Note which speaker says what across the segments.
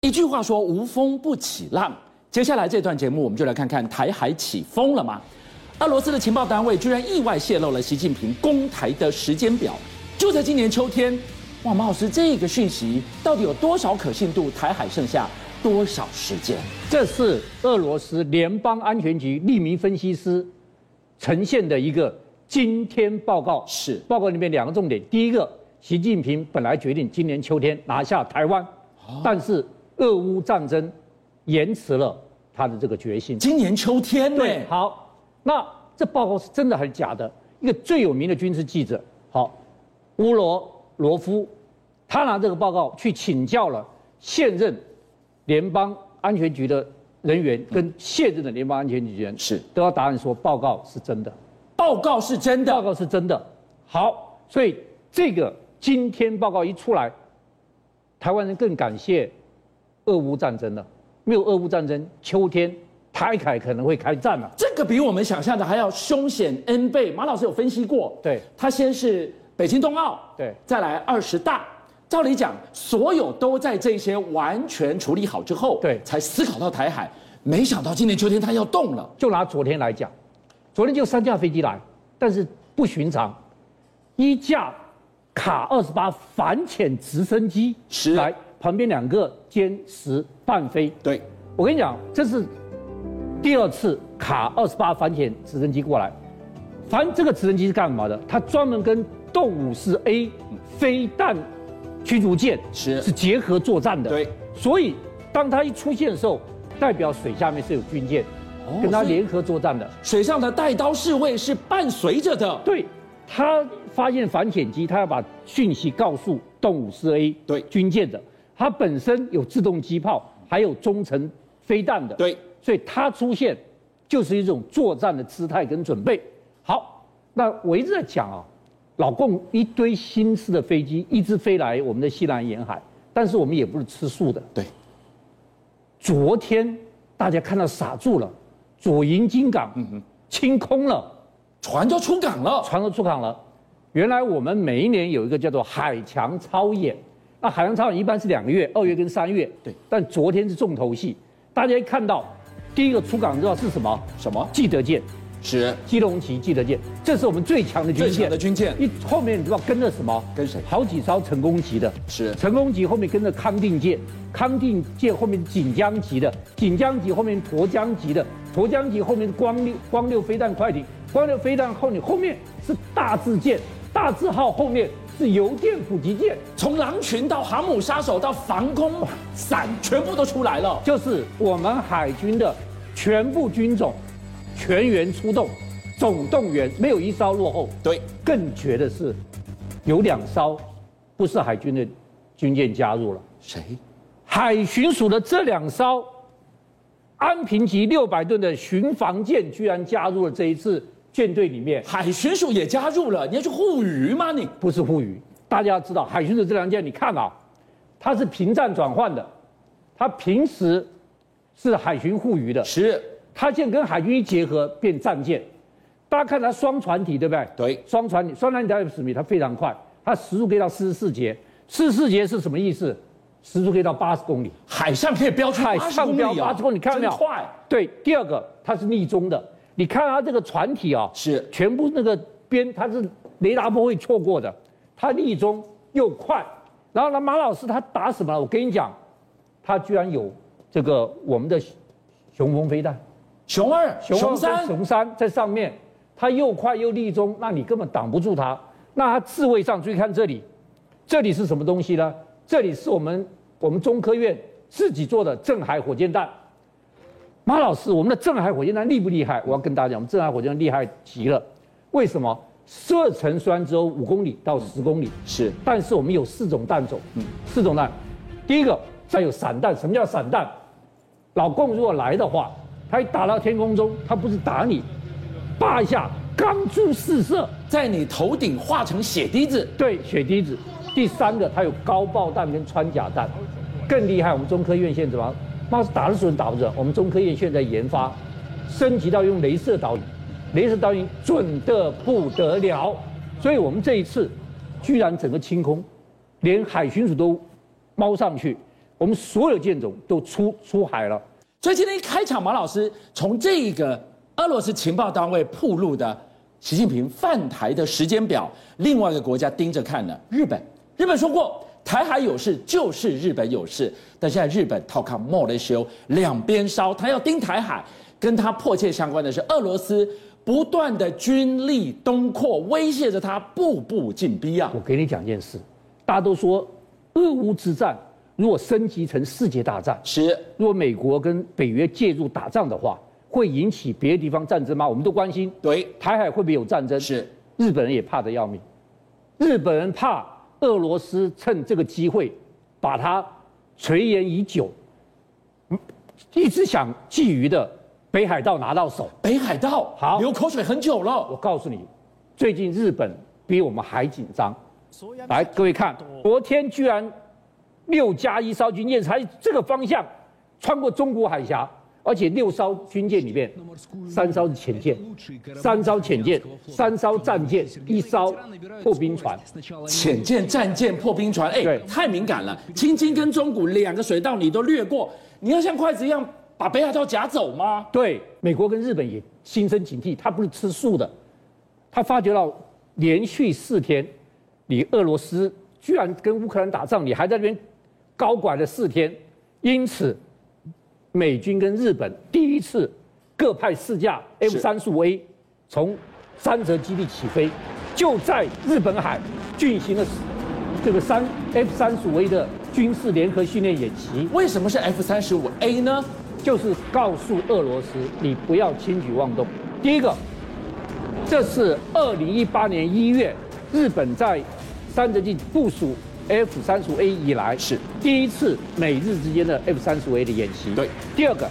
Speaker 1: 一句话说无风不起浪。接下来这段节目，我们就来看看台海起风了吗？俄罗斯的情报单位居然意外泄露了习近平攻台的时间表，就在今年秋天。哇，马老师，这个讯息到底有多少可信度？台海剩下多少时间？
Speaker 2: 这是俄罗斯联邦安全局匿名分析师呈现的一个今天报告。
Speaker 1: 是
Speaker 2: 报告里面两个重点，第一个，习近平本来决定今年秋天拿下台湾，但是俄乌战争延迟了他的这个决心。
Speaker 1: 今年秋天呢？
Speaker 2: 对，好，那这报告是真的还是假的？一个最有名的军事记者，好，乌罗罗夫，他拿这个报告去请教了现任联邦安全局的人员跟现任的联邦安全局人员，
Speaker 1: 是
Speaker 2: 得到答案说报告是真的，
Speaker 1: 报告是真的，
Speaker 2: 报告是真的。好，所以这个今天报告一出来，台湾人更感谢俄乌战争了，没有俄乌战争，秋天台海可能会开战了。
Speaker 1: 这个比我们想象的还要凶险 N 倍。马老师有分析过，
Speaker 2: 对
Speaker 1: 他先是北京冬奥，
Speaker 2: 对
Speaker 1: 再来二十大。照理讲，所有都在这些完全处理好之后，
Speaker 2: 对
Speaker 1: 才思考到台海。没想到今年秋天他要动了，
Speaker 2: 就拿昨天来讲，昨天就三架飞机来，但是不寻常，一架卡二十八反潜直升机
Speaker 1: 是
Speaker 2: 来，旁边两个歼十半飞。
Speaker 1: 对，
Speaker 2: 我跟你讲，这是第二次卡二十八反潜直升机过来。反这个直升机是干嘛的？它专门跟动五四 A 飞弹驱逐舰
Speaker 1: 是
Speaker 2: 是结合作战的。
Speaker 1: 对，
Speaker 2: 所以当它一出现的时候，代表水下面是有军舰
Speaker 1: 哦
Speaker 2: 跟它
Speaker 1: 所以
Speaker 2: 联合作战的。
Speaker 1: 水上的带刀侍卫是伴随着的，
Speaker 2: 对，他发现反潜机，他要把讯息告诉动五四 A
Speaker 1: 对
Speaker 2: 军舰的，它本身有自动机炮，还有中程飞弹的，
Speaker 1: 对，
Speaker 2: 所以它出现就是一种作战的姿态跟准备。好，那我一直在讲啊，老共一堆新式的飞机一直飞来我们的西南沿海，但是我们也不是吃素的，
Speaker 1: 对，
Speaker 2: 昨天大家看到傻住了，左营金港
Speaker 1: 嗯
Speaker 2: 清空了。
Speaker 1: 船就出港了，
Speaker 2: 船都出港了。原来我们每一年有一个叫做海强操演，那海强操演一般是两个月，二月跟三月。
Speaker 1: 对
Speaker 2: 但昨天是重头戏，大家一看到第一个出港知道是什么？
Speaker 1: 什么？
Speaker 2: 记得舰，
Speaker 1: 是
Speaker 2: 基隆级记得舰，这是我们最强的军
Speaker 1: 最
Speaker 2: 舰。
Speaker 1: 强的军舰，
Speaker 2: 一后面你知道跟着什么？
Speaker 1: 跟谁
Speaker 2: 好几艘成功级的，
Speaker 1: 是
Speaker 2: 成功级后面跟着康定舰，康定舰后面锦江级的，锦江级后面沱江级的，沱江级后面是光六光六飞弹快艇，光六飞弹后面后面是大字舰，大字号后面是油电补给舰，
Speaker 1: 从狼群到航母杀手到防空伞，全部都出来了。
Speaker 2: 就是我们海军的全部军种全员出动，总动员没有一艘落后。
Speaker 1: 对，
Speaker 2: 更绝的是，有两艘不是海军的军舰加入了，
Speaker 1: 谁？
Speaker 2: 海巡署的这两艘安平级六百吨的巡防舰居然加入了这一次舰队里面，
Speaker 1: 海巡署也加入了，你要去护渔吗你？
Speaker 2: 不是沪语。大家要知道，海巡署这两舰，你看啊，它是平战转换的，它平时是海巡护渔的，
Speaker 1: 是，
Speaker 2: 它现在跟海军一结合变战舰，大家看它双船体对不对？
Speaker 1: 对
Speaker 2: 双船体，双船体大概十米，它非常快，它时速可以到四十四节。四十四节是什么意思？时速可以到八十公里。
Speaker 1: 海上可以标出
Speaker 2: 海
Speaker 1: 80
Speaker 2: 上标
Speaker 1: 公里哦
Speaker 2: 八十公里，你看到没有？
Speaker 1: 真快，
Speaker 2: 对，第二个它是逆中的，你看它这个船体啊、
Speaker 1: 是
Speaker 2: 全部那个边它是雷达波会错过的，它逆中又快。然后呢，马老师他打什么了？我跟你讲，他居然有这个我们的雄风飞弹。
Speaker 1: 熊二、
Speaker 2: 雄
Speaker 1: 熊三，
Speaker 2: 熊三在上面，它又快又立中，那你根本挡不住它。那它自卫上，注意看这里，这里是什么东西呢？这里是我们我们中科院自己做的镇海火箭弹。马老师，我们的镇海火箭弹厉不厉害？我要跟大家讲，我们镇海火箭弹厉害极了。为什么？射程虽然只有五公里到十公里，
Speaker 1: 是
Speaker 2: 但是我们有四种弹种，四种弹。第一个，再有散弹。什么叫散弹？老共如果来的话，他一打到天空中，他不是打你，叭一下，钢珠四射，
Speaker 1: 在你头顶化成血滴子，
Speaker 2: 对，血滴子。第三个，它有高爆弹跟穿甲弹，更厉害。我们中科院现在怎么样？那是打得准打不准？我们中科院现在研发，升级到用镭射导引，镭射导引准的不得了。所以我们这一次，居然整个清空，连海巡署都猫上去，我们所有舰种都出出海了。
Speaker 1: 所以今天一开场，马老师从这个俄罗斯情报单位铺路的习近平犯台的时间表，另外一个国家盯着看呢，日本。日本说过，台海有事就是日本有事，但现在日本套看莫雷修两边烧，他要盯台海，跟他迫切相关的是俄罗斯不断的军力东扩，威胁着他步步紧逼啊
Speaker 2: 我。给你讲件事，大家都说俄乌之战如果升级成世界大战，
Speaker 1: 是
Speaker 2: 如果美国跟北约介入打仗的话，会引起别的地方战争吗？我们都关心
Speaker 1: 对，
Speaker 2: 台海会不会有战争？
Speaker 1: 是
Speaker 2: 日本人也怕得要命，日本人怕俄罗斯趁这个机会把他垂涎已久、嗯一直想觊觎的北海道拿到手。
Speaker 1: 北海道
Speaker 2: 好
Speaker 1: 流口水很久了
Speaker 2: 我。告诉你，最近日本比我们还紧张。来，各位看，昨天居然六加一艘军舰才这个方向穿过中国海峡，而且六艘军舰里面，三艘是潜舰，三艘潜舰，三艘战舰，一艘破冰船。
Speaker 1: 潜舰、战舰、破冰船，哎、
Speaker 2: 对
Speaker 1: 太敏感了。青金跟中古两个水道你都掠过，你要像筷子一样把北海道夹走吗？
Speaker 2: 对，美国跟日本也心生警惕，他不是吃素的，他发觉到连续四天，你俄罗斯居然跟乌克兰打仗，你还在那边高管了四天，因此美军跟日本第一次各派四架 F 三十五 A 从三泽基地起飞，就在日本海进行了这个三 F 三十五 A 的军事联合训练演习。
Speaker 1: 为什么是 F 三十五 A 呢？
Speaker 2: 就是告诉俄罗斯，你不要轻举妄动。第一个，这是二零一八年一月日本在三泽地部署 F 三十五 A 以来，
Speaker 1: 是
Speaker 2: 第一次美日之间的 F 三十五 A 的演习。
Speaker 1: 对，
Speaker 2: 第二个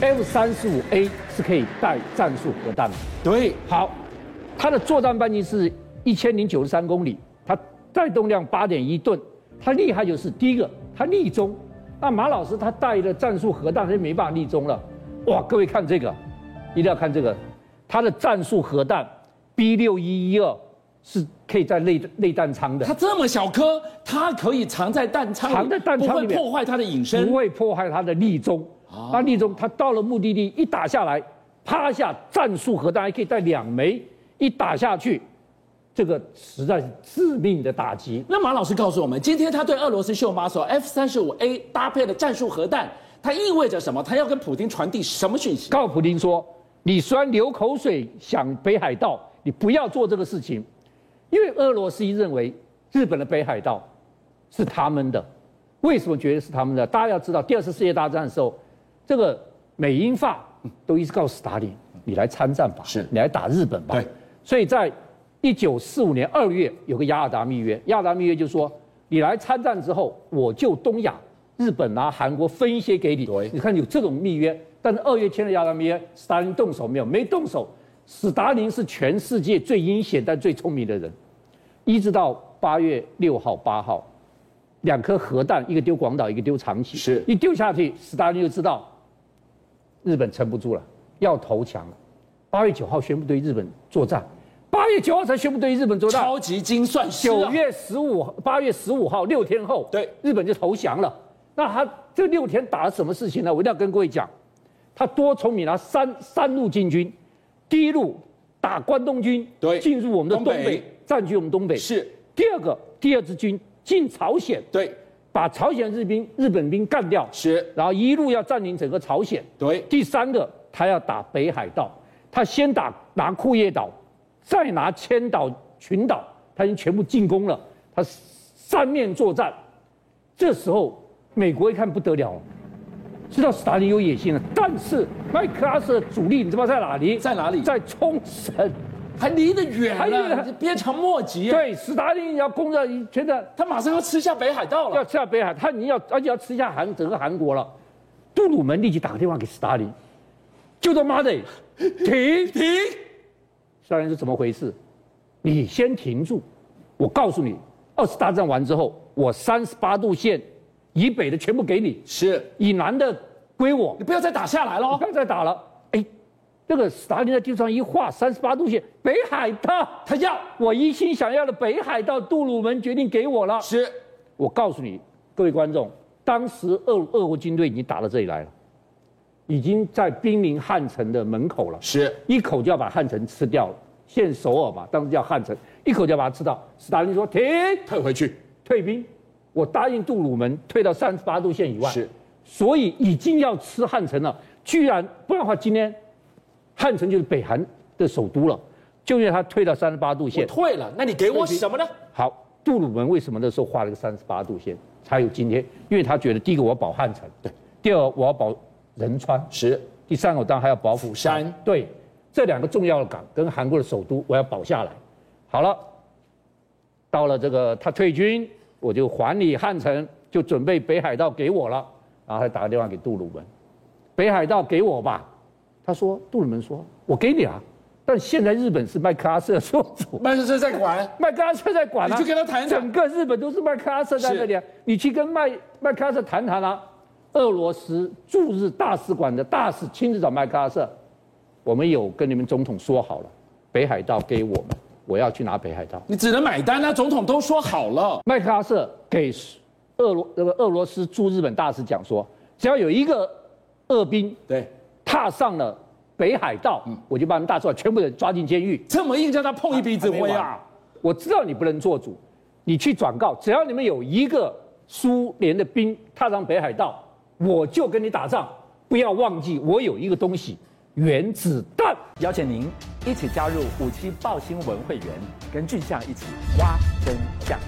Speaker 2: ，F 三十五 A 是可以带战术核弹的。
Speaker 1: 对，
Speaker 2: 好，它的作战半径是一千零九十三公里，它带动量八点一吨。它厉害就是第一个，它立中。那马老师他带的战术核弹，他就没办法立中了。哇，各位看这个，一定要看这个，它的战术核弹 B 六一一二是可以在内内弹舱的
Speaker 1: 它，这么小颗，它可以藏在弹仓里，
Speaker 2: 藏在弹
Speaker 1: 不
Speaker 2: 仓
Speaker 1: 会
Speaker 2: 里面
Speaker 1: 破坏它的隐
Speaker 2: 不
Speaker 1: 身。啊
Speaker 2: 会破坏它的立中。那立中，它到了目的地一打下来，趴下战术核弹还可以带两枚，一打下去，这个实在是致命的打击。
Speaker 1: 那马老师告诉我们，今天他对俄罗斯秀马手 F 三十五 A 搭配了战术核弹，它意味着什么？它要跟普京传递什么讯息？
Speaker 2: 告普丁说：“你虽然流口水想北海道，你不要做这个事情，因为俄罗斯认为日本的北海道是他们的。为什么觉得是他们的？大家要知道，第二次世界大战的时候，这个美英法都一直告诉斯大林：你来参战吧，
Speaker 1: 是
Speaker 2: 你来打日本吧。
Speaker 1: 对，
Speaker 2: 所以在一九四五年二月有个雅尔达密约，雅尔达密约就说：你来参战之后，我就东亚、日本啊、韩国分一些给你。
Speaker 1: 对
Speaker 2: 你看有这种密约，但是二月签了雅尔达密约，斯大林动手没有？没动手。斯大林是全世界最阴险但最聪明的人，一直到八月六号、八号，两颗核弹，一个丢广岛，一个丢长崎，
Speaker 1: 是
Speaker 2: 一丢下去，斯大林就知道日本撑不住了，要投降了。八月九号宣布对日本作战，八月九号才宣布对日本作战，
Speaker 1: 超啊级精算师、啊，
Speaker 2: 九月十五，八月十五号六天后，
Speaker 1: 对
Speaker 2: 日本就投降了。那他这六天打了什么事情呢？我一定要跟各位讲，他多聪明啊！三三路进军，第一路打关东军，
Speaker 1: 对
Speaker 2: 进入我们的东
Speaker 1: 东
Speaker 2: 北
Speaker 1: 北，
Speaker 2: 占据我们东北。
Speaker 1: 是
Speaker 2: 第二个，第二支军进朝鲜，
Speaker 1: 对，
Speaker 2: 把朝鲜日兵、日本兵干掉，
Speaker 1: 是
Speaker 2: 然后一路要占领整个朝鲜。
Speaker 1: 对，
Speaker 2: 第三个，他要打北海道，他先打拿库页岛，再拿千岛群岛，他已经全部进攻了，他三面作战。这时候，美国一看不得了了，知道斯大林有野心了，但是麦克阿瑟的主力你知道在哪里？
Speaker 1: 在哪里
Speaker 2: 在冲绳。
Speaker 1: 还离得远
Speaker 2: 还离得
Speaker 1: 了，鞭长莫及啊。
Speaker 2: 对，斯大林要攻到，觉得
Speaker 1: 他马上要吃下北海道
Speaker 2: 要
Speaker 1: 了。
Speaker 2: 吃下北海，他已经要而且要吃下韩整个韩国了。杜鲁门立即打个电话给斯大林，就他妈的停！
Speaker 1: 停！
Speaker 2: 斯大林说怎么回事？你先停住，我告诉你，二次大战完之后，我三十八度线以北的全部给你，
Speaker 1: 是
Speaker 2: 以南的归我，
Speaker 1: 你不要再打下来
Speaker 2: 不
Speaker 1: 喽。
Speaker 2: 要再打了。哎，那个斯大林在地上一画三十八度线，北海道，
Speaker 1: 他要
Speaker 2: 我一心想要的北海道，杜鲁门决定给我了。
Speaker 1: 是
Speaker 2: 我告诉你，各位观众，当时俄俄国军队已经打到这里来了，已经在濒临汉城的门口了，
Speaker 3: 是
Speaker 2: 一口就要把汉城吃掉了。现首尔嘛，当时叫汉城，一口就要把它吃掉。斯大林说：“停，
Speaker 3: 退回去，
Speaker 2: 退兵！我答应杜鲁门退到三十八度线以外。”
Speaker 3: 是
Speaker 2: 所以已经要吃汉城了，居然不然的话，今天汉城就是北韩的首都了，就因为他退到三十八度
Speaker 3: 我
Speaker 2: 线。
Speaker 3: 退了，那你给我什么呢？
Speaker 2: 好，杜鲁门为什么那时候画了个三十八度线才有今天？因为他觉得第一个我要保汉城，对；第二我要保仁川，
Speaker 3: 是
Speaker 2: 第三个我当然还要保
Speaker 3: 釜山，
Speaker 2: 对，这两个重要的港跟韩国的首都，我要保下来。好了，到了这个他退军，我就还你汉城，就准备北海道给我了。然后他打个电话给杜鲁门，北海道给我吧。他说，杜鲁门说，我给你啊，但现在日本是麦克阿瑟做主，
Speaker 3: 麦克斯在管，
Speaker 2: 麦克阿瑟在管啊，
Speaker 3: 你去跟他谈一谈
Speaker 2: 整个日本都是麦克阿瑟在那里啊，你去跟麦麦克阿瑟谈谈啊。俄罗斯驻日大使馆的大使亲自找麦克阿瑟，我们有跟你们总统说好了，北海道给我们，我要去拿北海道。
Speaker 1: 你只能买单啊！总统都说好了，
Speaker 2: 麦克阿瑟给俄罗呃俄罗斯驻日本大使讲说，只要有一个俄兵
Speaker 1: 对，
Speaker 2: 踏上了北海道，我就把你们大使馆全部人抓进监狱。
Speaker 1: 这么硬叫他碰一鼻子灰
Speaker 2: 还没
Speaker 1: 啊
Speaker 2: 完！我知道你不能做主，你去转告，只要你们有一个苏联的兵踏上北海道，我就跟你打仗。不要忘记，我有一个东西，原子弹。
Speaker 1: 邀请您一起加入五七报新闻会员，跟俊相一起挖真相。